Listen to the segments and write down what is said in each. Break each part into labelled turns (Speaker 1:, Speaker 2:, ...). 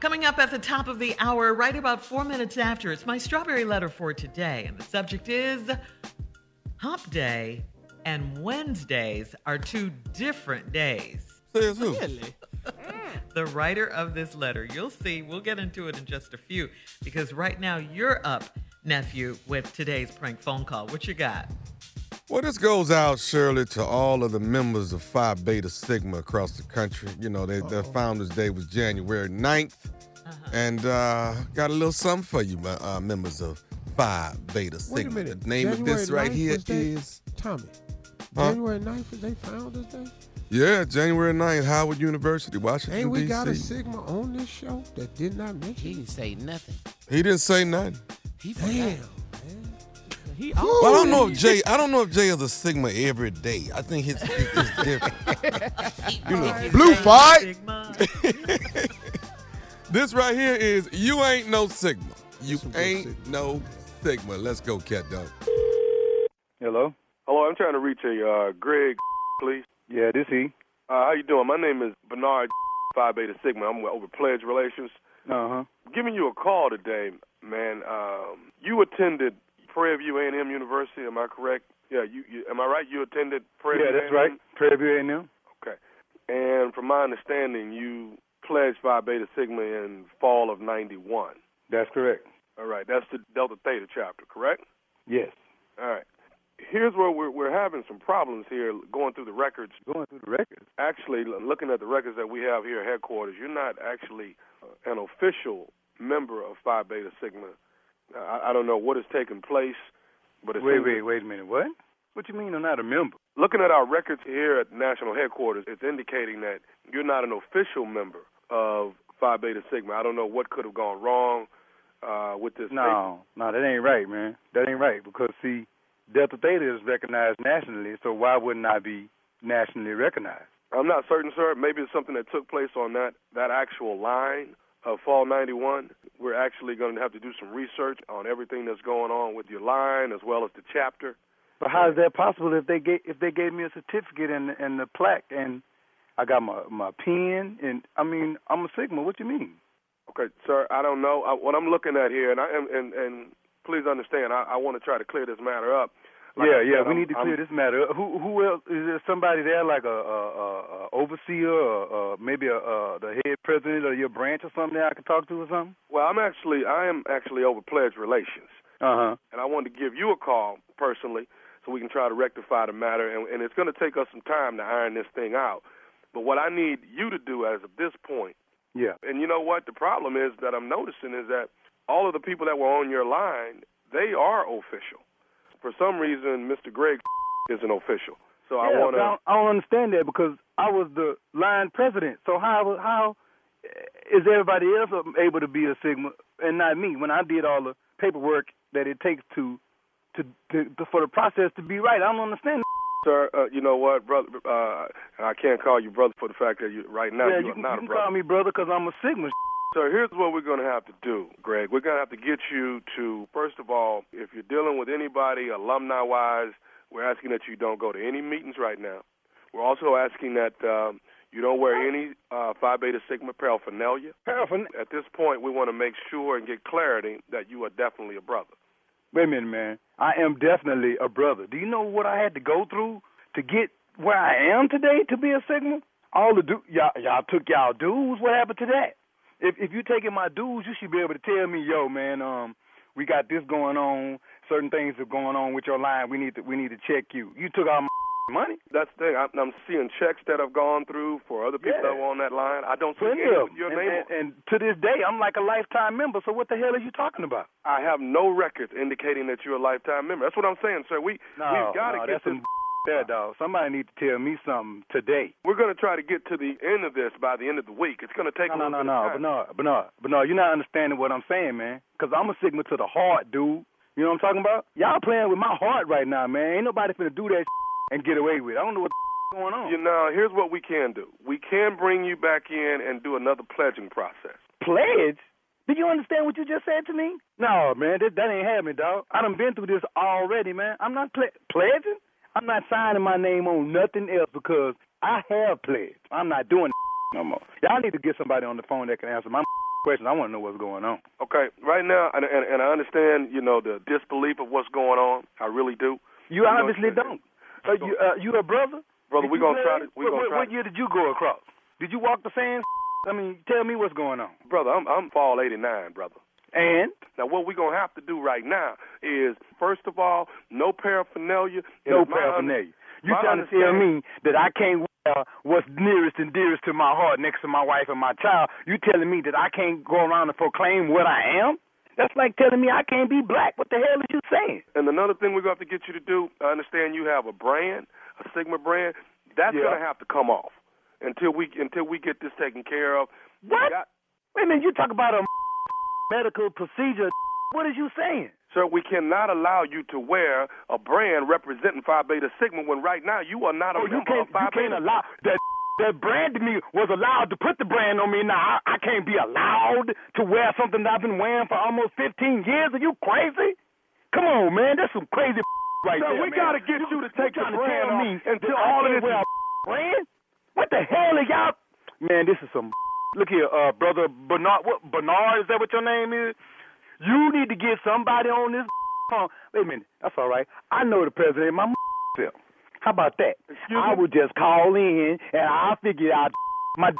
Speaker 1: Coming up at the top of the hour, right about four minutes after, it's my strawberry letter for today. And the subject is Hump Day and Wednesdays are two different days.
Speaker 2: Says who?
Speaker 3: Really?
Speaker 1: The writer of this letter, you'll see, we'll get into it in just a few because right now you're up, nephew, with today's prank phone call. What you got?
Speaker 2: Well, this goes out, Shirley, to all of the members of Phi Beta Sigma across the country. You know, they, their Founders Day was January 9th.
Speaker 3: Uh-huh.
Speaker 2: And uh, got a little something for you, my, uh, members of Phi Beta Sigma.
Speaker 3: Wait a minute.
Speaker 2: The name of this
Speaker 3: January
Speaker 2: right here
Speaker 3: 9th was
Speaker 2: is.
Speaker 3: they- Tommy.
Speaker 2: Huh?
Speaker 3: January 9th was they Founders Day?
Speaker 2: Yeah, January 9th, Howard University, Washington,
Speaker 3: Ain't we got a
Speaker 2: D.C.
Speaker 3: Sigma on this show that did not mention
Speaker 4: He didn't say nothing.
Speaker 2: He didn't say nothing.
Speaker 4: He forgot.
Speaker 3: Damn, man.
Speaker 4: He
Speaker 2: Well, I
Speaker 4: always
Speaker 2: don't know if Jay. I don't know if Jay is a Sigma every day. I think his it's different. you know, blue fight.
Speaker 1: Sigma.
Speaker 2: This right here is you ain't no Sigma. You
Speaker 3: That's some good
Speaker 2: ain't
Speaker 3: Sigma.
Speaker 2: no Sigma. Let's go, cat dog.
Speaker 5: Hello. Hello, I'm trying to reach a uh, Greg, please. Yeah, this he. Uh, how you doing? My name is Bernard Phi Beta Sigma. I'm over Pledge Relations.
Speaker 6: Uh-huh.
Speaker 5: Uh huh. Giving you a call today, man. Um, you attended Prairie View A&M University, am I correct? Yeah. You, you am I right? You attended Prairie View. Yeah, that's right. Prairie View A&M. Okay. And from my understanding, you pledged Phi Beta Sigma in fall of '91.
Speaker 6: That's correct.
Speaker 5: All right. That's the Delta Theta chapter, correct?
Speaker 6: Yes.
Speaker 5: All right. Here's where we're, we're having some problems here going through the records.
Speaker 6: Going through the records.
Speaker 5: Actually, l- looking at the records that we have here at headquarters, you're not actually uh, an official member of Phi Beta Sigma. I, I don't know what has taken place, but it's
Speaker 6: Wait, wait, wait a minute. What? What you mean I'm not a member?
Speaker 5: looking at our records here at national headquarters, it's indicating that you're not an official member of Phi Beta Sigma. I don't know what could have gone wrong uh, with this.
Speaker 6: No, no, that ain't right, man. That ain't right because see, Delta Theta is recognized nationally, so why wouldn't I be nationally recognized?
Speaker 5: I'm not certain, sir. Maybe it's something that took place on that, that actual line of Fall 91. We're actually going to have to do some research on everything that's going on with your line as well as the chapter.
Speaker 6: But how is that possible if they gave if they gave me a certificate and and the plaque and I got my my pen and I mean I'm a Sigma. What you mean?
Speaker 5: Okay, sir, I don't know. I, what I'm looking at here, and, I, and, and, and please understand, I, I want to try to clear this matter up. Like
Speaker 6: yeah,
Speaker 5: I
Speaker 6: yeah.
Speaker 5: said,
Speaker 6: we
Speaker 5: I'm-
Speaker 6: need to clear
Speaker 5: I'm-
Speaker 6: this matter. up. Who who else is there? Somebody there like a, a, a, a overseer or uh maybe a, a the head president of your branch or something that I can talk to or something?
Speaker 5: Well, I'm actually, I am actually over pledge relations.
Speaker 6: Uh huh.
Speaker 5: and I wanted to give you a call personally so we can try to rectify the matter. And, and it's going to take us some time to iron this thing out. But what I need you to do as of this point,
Speaker 6: Yeah.
Speaker 5: and you know what? The problem is that I'm noticing is that all of the people that were on your line, they are official. For some reason, Mr. Greg isn't official. So I
Speaker 6: Yeah,
Speaker 5: want
Speaker 6: but I,
Speaker 5: to.
Speaker 6: don't, I don't understand that because I was the line president. So how how is everybody else able to be a sigma and not me when I did all the paperwork that it takes to to, to, to for the process to be right? I don't understand.
Speaker 5: Sir, uh, you know what, brother? Uh, I can't call you brother for the fact that you right now
Speaker 6: yeah,
Speaker 5: you,
Speaker 6: you
Speaker 5: are
Speaker 6: can,
Speaker 5: not
Speaker 6: you
Speaker 5: a
Speaker 6: can
Speaker 5: brother.
Speaker 6: call me brother because I'm a sigma.
Speaker 5: So here's what we're going to have to do, Greg. We're going to have to get you to, first of all, if you're dealing with anybody alumni wise, we're asking that you don't go to any meetings right now. We're also asking that um, you don't wear any uh, Phi Beta Sigma paraphernalia.
Speaker 6: Paraphernalia.
Speaker 5: At this point, we want to make sure and get clarity that you are definitely a brother.
Speaker 6: Wait a minute, man. I am definitely a brother. Do you know what I had to go through to get where I am today to be a Sigma? All the du- y'all, y'all took y'all dues. What happened to that? If if you taking my dues, you should be able to tell me, yo, man, um, we got this going on. Certain things are going on with your line. We need to we need to check you. You took all my money.
Speaker 5: That's the thing. I'm, I'm seeing checks that have gone through for other people
Speaker 6: Yeah.
Speaker 5: that were on that line. I don't see
Speaker 6: Plenty
Speaker 5: any
Speaker 6: of
Speaker 5: with your
Speaker 6: them.
Speaker 5: name on
Speaker 6: and, and, and to this day, I'm like a lifetime member. So what the hell are you talking about?
Speaker 5: I have no records indicating that you're a lifetime member. That's what I'm saying, sir. We
Speaker 6: No,
Speaker 5: we've got to
Speaker 6: no,
Speaker 5: get
Speaker 6: that's
Speaker 5: this.
Speaker 6: some there, dog. Somebody need to tell me something today.
Speaker 5: We're going to try to get to the end of this by the end of the week. It's going to take
Speaker 6: No,
Speaker 5: a
Speaker 6: no, no, no,
Speaker 5: little
Speaker 6: but
Speaker 5: bit of time.
Speaker 6: no, but no, but no. You're not understanding what I'm saying, man. Cause I'm a Sigma to the heart, dude. You know what I'm talking about? Y'all playing with my heart right now, man. Ain't nobody finna do that and get away with. it. I don't know what going on.
Speaker 5: You know, here's what we can do. We can bring you back in and do another pledging process.
Speaker 6: pledge? Did you understand what you just said to me? No, man, that, that ain't happening, dog. I done been through this already, man. I'm not ple- pledging. I'm not signing my name on nothing else because I have pledged. I'm not doing no more. Y'all need to get somebody on the phone that can answer my question. I want to know what's going on.
Speaker 5: Okay, right now, and, and, and I understand, you know, the disbelief of what's going on. I really do.
Speaker 6: You obviously don't. Uh, you, uh, you a brother?
Speaker 5: Brother,
Speaker 6: Did
Speaker 5: we
Speaker 6: you
Speaker 5: gonna
Speaker 6: play?
Speaker 5: try to- we
Speaker 6: what,
Speaker 5: gonna
Speaker 6: what,
Speaker 5: try
Speaker 6: what
Speaker 5: to-
Speaker 6: year did you go across? Did you walk the sands? I mean, tell me what's going on.
Speaker 5: Brother, I'm, I'm fall 89, brother.
Speaker 6: And
Speaker 5: Now, what we're going to have to do right now is, first of all, no paraphernalia. And
Speaker 6: no
Speaker 5: it's my under-
Speaker 6: paraphernalia. You
Speaker 5: my
Speaker 6: trying to tell
Speaker 5: understanding-
Speaker 6: me that I can't wear what's nearest and dearest to my heart next to my wife and my child? You telling me that I can't go around and proclaim what I am? That's like telling me I can't be black. What the hell is you saying?
Speaker 5: And another thing we're going to have to get you to do, I understand you have a brand, a Sigma brand. That's
Speaker 6: Yeah.
Speaker 5: going to have to come off until we until we get this taken care of. We
Speaker 6: What?
Speaker 5: got-
Speaker 6: Wait a minute, you talk about a medical procedure. What is you saying?
Speaker 5: Sir, we cannot allow you to wear a brand representing Phi Beta Sigma when right now you are not a uh,
Speaker 6: Oh, you
Speaker 5: member
Speaker 6: can't,
Speaker 5: of Phi
Speaker 6: you can't
Speaker 5: Beta.
Speaker 6: allow that. That brand me was allowed to put the brand on me. Now I, I can't be allowed to wear something that I've been wearing for almost 15 years. Are you crazy? Come on, man, that's some crazy right
Speaker 5: Sir,
Speaker 6: there.
Speaker 5: we
Speaker 6: man.
Speaker 5: gotta get you to take
Speaker 6: trying
Speaker 5: the
Speaker 6: to
Speaker 5: brand
Speaker 6: tell
Speaker 5: off
Speaker 6: me
Speaker 5: until
Speaker 6: that I
Speaker 5: all of
Speaker 6: can't
Speaker 5: this
Speaker 6: wear
Speaker 5: is-
Speaker 6: a brand? What the hell are y'all? Man, this is some. Look here, uh, brother Bernard. What Bernard? Is that what your name is? You need to get somebody on this phone. Wait a minute. That's all right. I know the president. My self. How about that?
Speaker 5: Excuse
Speaker 6: I
Speaker 5: me?
Speaker 6: would just call in and I'll figure out my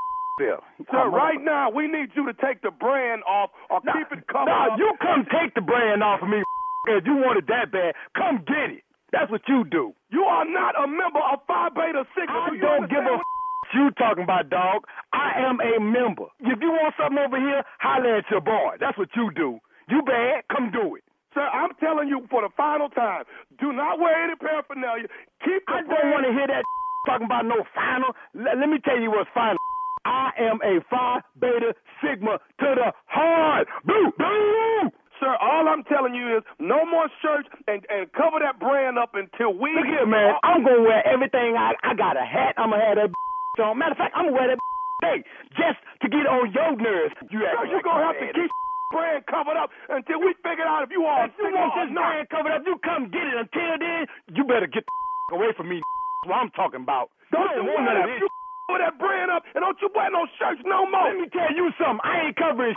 Speaker 6: self.
Speaker 5: Sir, right now we need you to take the brand off or
Speaker 6: Nah,
Speaker 5: keep it covered.
Speaker 6: nah,
Speaker 5: up.
Speaker 6: you come take the brand off of me. If you want it that bad, come get it. That's what you do.
Speaker 5: You are not a member of Phi Beta Sigma.
Speaker 6: I
Speaker 5: Do you
Speaker 6: don't give a f-
Speaker 5: understand
Speaker 6: you talking about, dog. I am a member. If you want something over here, holler at your boy. That's what you do. You bad, come do it.
Speaker 5: what- Sir, I'm telling you for the final time, do not wear any paraphernalia. Keep
Speaker 6: I don't
Speaker 5: the brand.
Speaker 6: want to hear that talking about no final. Let, let me tell you what's final. I am a Phi Beta Sigma to the heart. Boo, boo.
Speaker 5: Sir, all I'm telling you is no more shirts and, and cover that brand up until we.
Speaker 6: Look here, man. I'm gonna wear everything. I I got a hat. I'm gonna have that on. Matter of fact, I'm gonna wear that today just to get on your nerves. You
Speaker 5: Sir,
Speaker 6: acting like
Speaker 5: you're going to
Speaker 6: a
Speaker 5: have to
Speaker 6: man.
Speaker 5: keep brand covered up until we figure out if you are a
Speaker 6: If you
Speaker 5: Sigma
Speaker 6: want
Speaker 5: or
Speaker 6: this
Speaker 5: not.
Speaker 6: brand covered up, you come get it. Until then, you better get the away from me. That's what I'm talking about.
Speaker 5: Don't
Speaker 6: I
Speaker 5: you
Speaker 6: want
Speaker 5: want
Speaker 6: none of
Speaker 5: that?
Speaker 6: this.
Speaker 5: You with that brand up, and don't you wear no shirts no
Speaker 6: Let
Speaker 5: more.
Speaker 6: me tell you something. I ain't covering.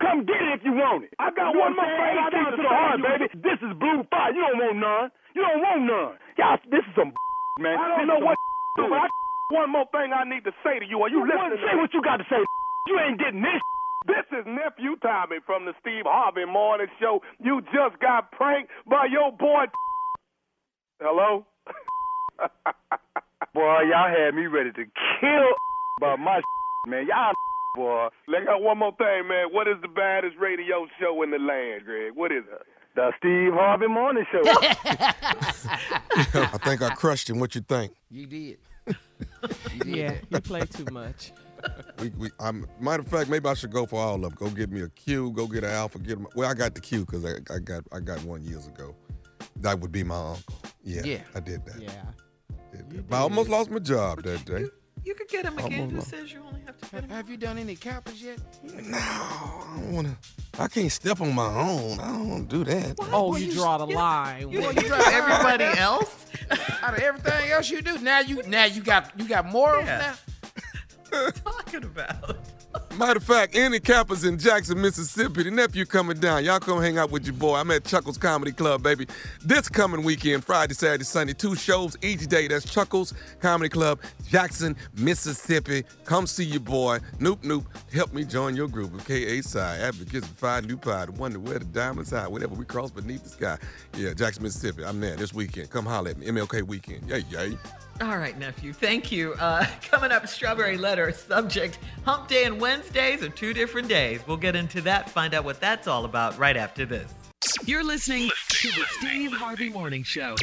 Speaker 6: Come get it if you want it.
Speaker 5: I got
Speaker 6: You
Speaker 5: one
Speaker 6: know what
Speaker 5: more thing
Speaker 6: I'm
Speaker 5: I
Speaker 6: saying?
Speaker 5: need
Speaker 6: Eight
Speaker 5: to
Speaker 6: to the
Speaker 5: say to
Speaker 6: heart,
Speaker 5: you.
Speaker 6: baby. This is blue fire. You don't want none. You don't want none. Y'all, this is some man. This
Speaker 5: I don't
Speaker 6: is
Speaker 5: know
Speaker 6: some
Speaker 5: what
Speaker 6: bull.
Speaker 5: do, but I one more thing I need to say to you. Are you
Speaker 6: What-
Speaker 5: listening?
Speaker 6: Say
Speaker 5: to me?
Speaker 6: what you got to say. You ain't getting this.
Speaker 5: This is nephew Tommy from the Steve Harvey Morning Show. You just got pranked by your boy. Hello.
Speaker 6: Boy, y'all had me ready to kill by my man. Y'all, boy,
Speaker 5: Let got one more thing, man. What is the baddest radio show in the land, Greg? What is it?
Speaker 6: the Steve Harvey Morning Show.
Speaker 2: I think I crushed him. What you think?
Speaker 4: You did. You did
Speaker 7: Yeah,
Speaker 4: that.
Speaker 7: you play too much.
Speaker 2: We, we, I'm, matter of fact, maybe I should go for all of them. Go get me a Q. Go get an Alpha. Get 'em- Well, I got the Q because I, I got I got one years ago. That would be my uncle. Yeah,
Speaker 4: Yeah.
Speaker 2: I did that.
Speaker 7: Yeah.
Speaker 2: Did that. But I almost lost my job that day.
Speaker 1: You, you could get him again.
Speaker 2: Almost
Speaker 1: Who
Speaker 2: lost.
Speaker 1: says you only have to get him?
Speaker 4: Have you done any cappers yet?
Speaker 2: No, I don't want to. I can't step on my own. I don't want to do that.
Speaker 7: Oh, you draw the line.
Speaker 1: You,
Speaker 7: Well,
Speaker 1: you drive everybody else.
Speaker 4: Out of everything else you do, now you now you got you got morals
Speaker 1: Yeah.
Speaker 4: now.
Speaker 1: Talking about.
Speaker 2: Matter of fact, any cappers in Jackson, Mississippi, the nephew coming down. Y'all come hang out with your boy. I'm at Chuckles Comedy Club, baby. This coming weekend, Friday, Saturday, Sunday, two shows each day. That's Chuckles Comedy Club, Jackson, Mississippi. Come see your boy. Noop Noop, help me join your group of KA Side Advocates for Five New Pie, the one that wear the diamonds high, whatever we cross beneath the sky. Yeah, Jackson, Mississippi. I'm there this weekend. Come holler at me. MLK weekend. Yay, yay.
Speaker 1: All right, nephew. Thank you. Uh, coming up, Strawberry Letter subject Hump Day and Wednesdays are two different days. We'll get into that, find out what that's all about right after this. You're listening to the Steve Harvey Morning Show.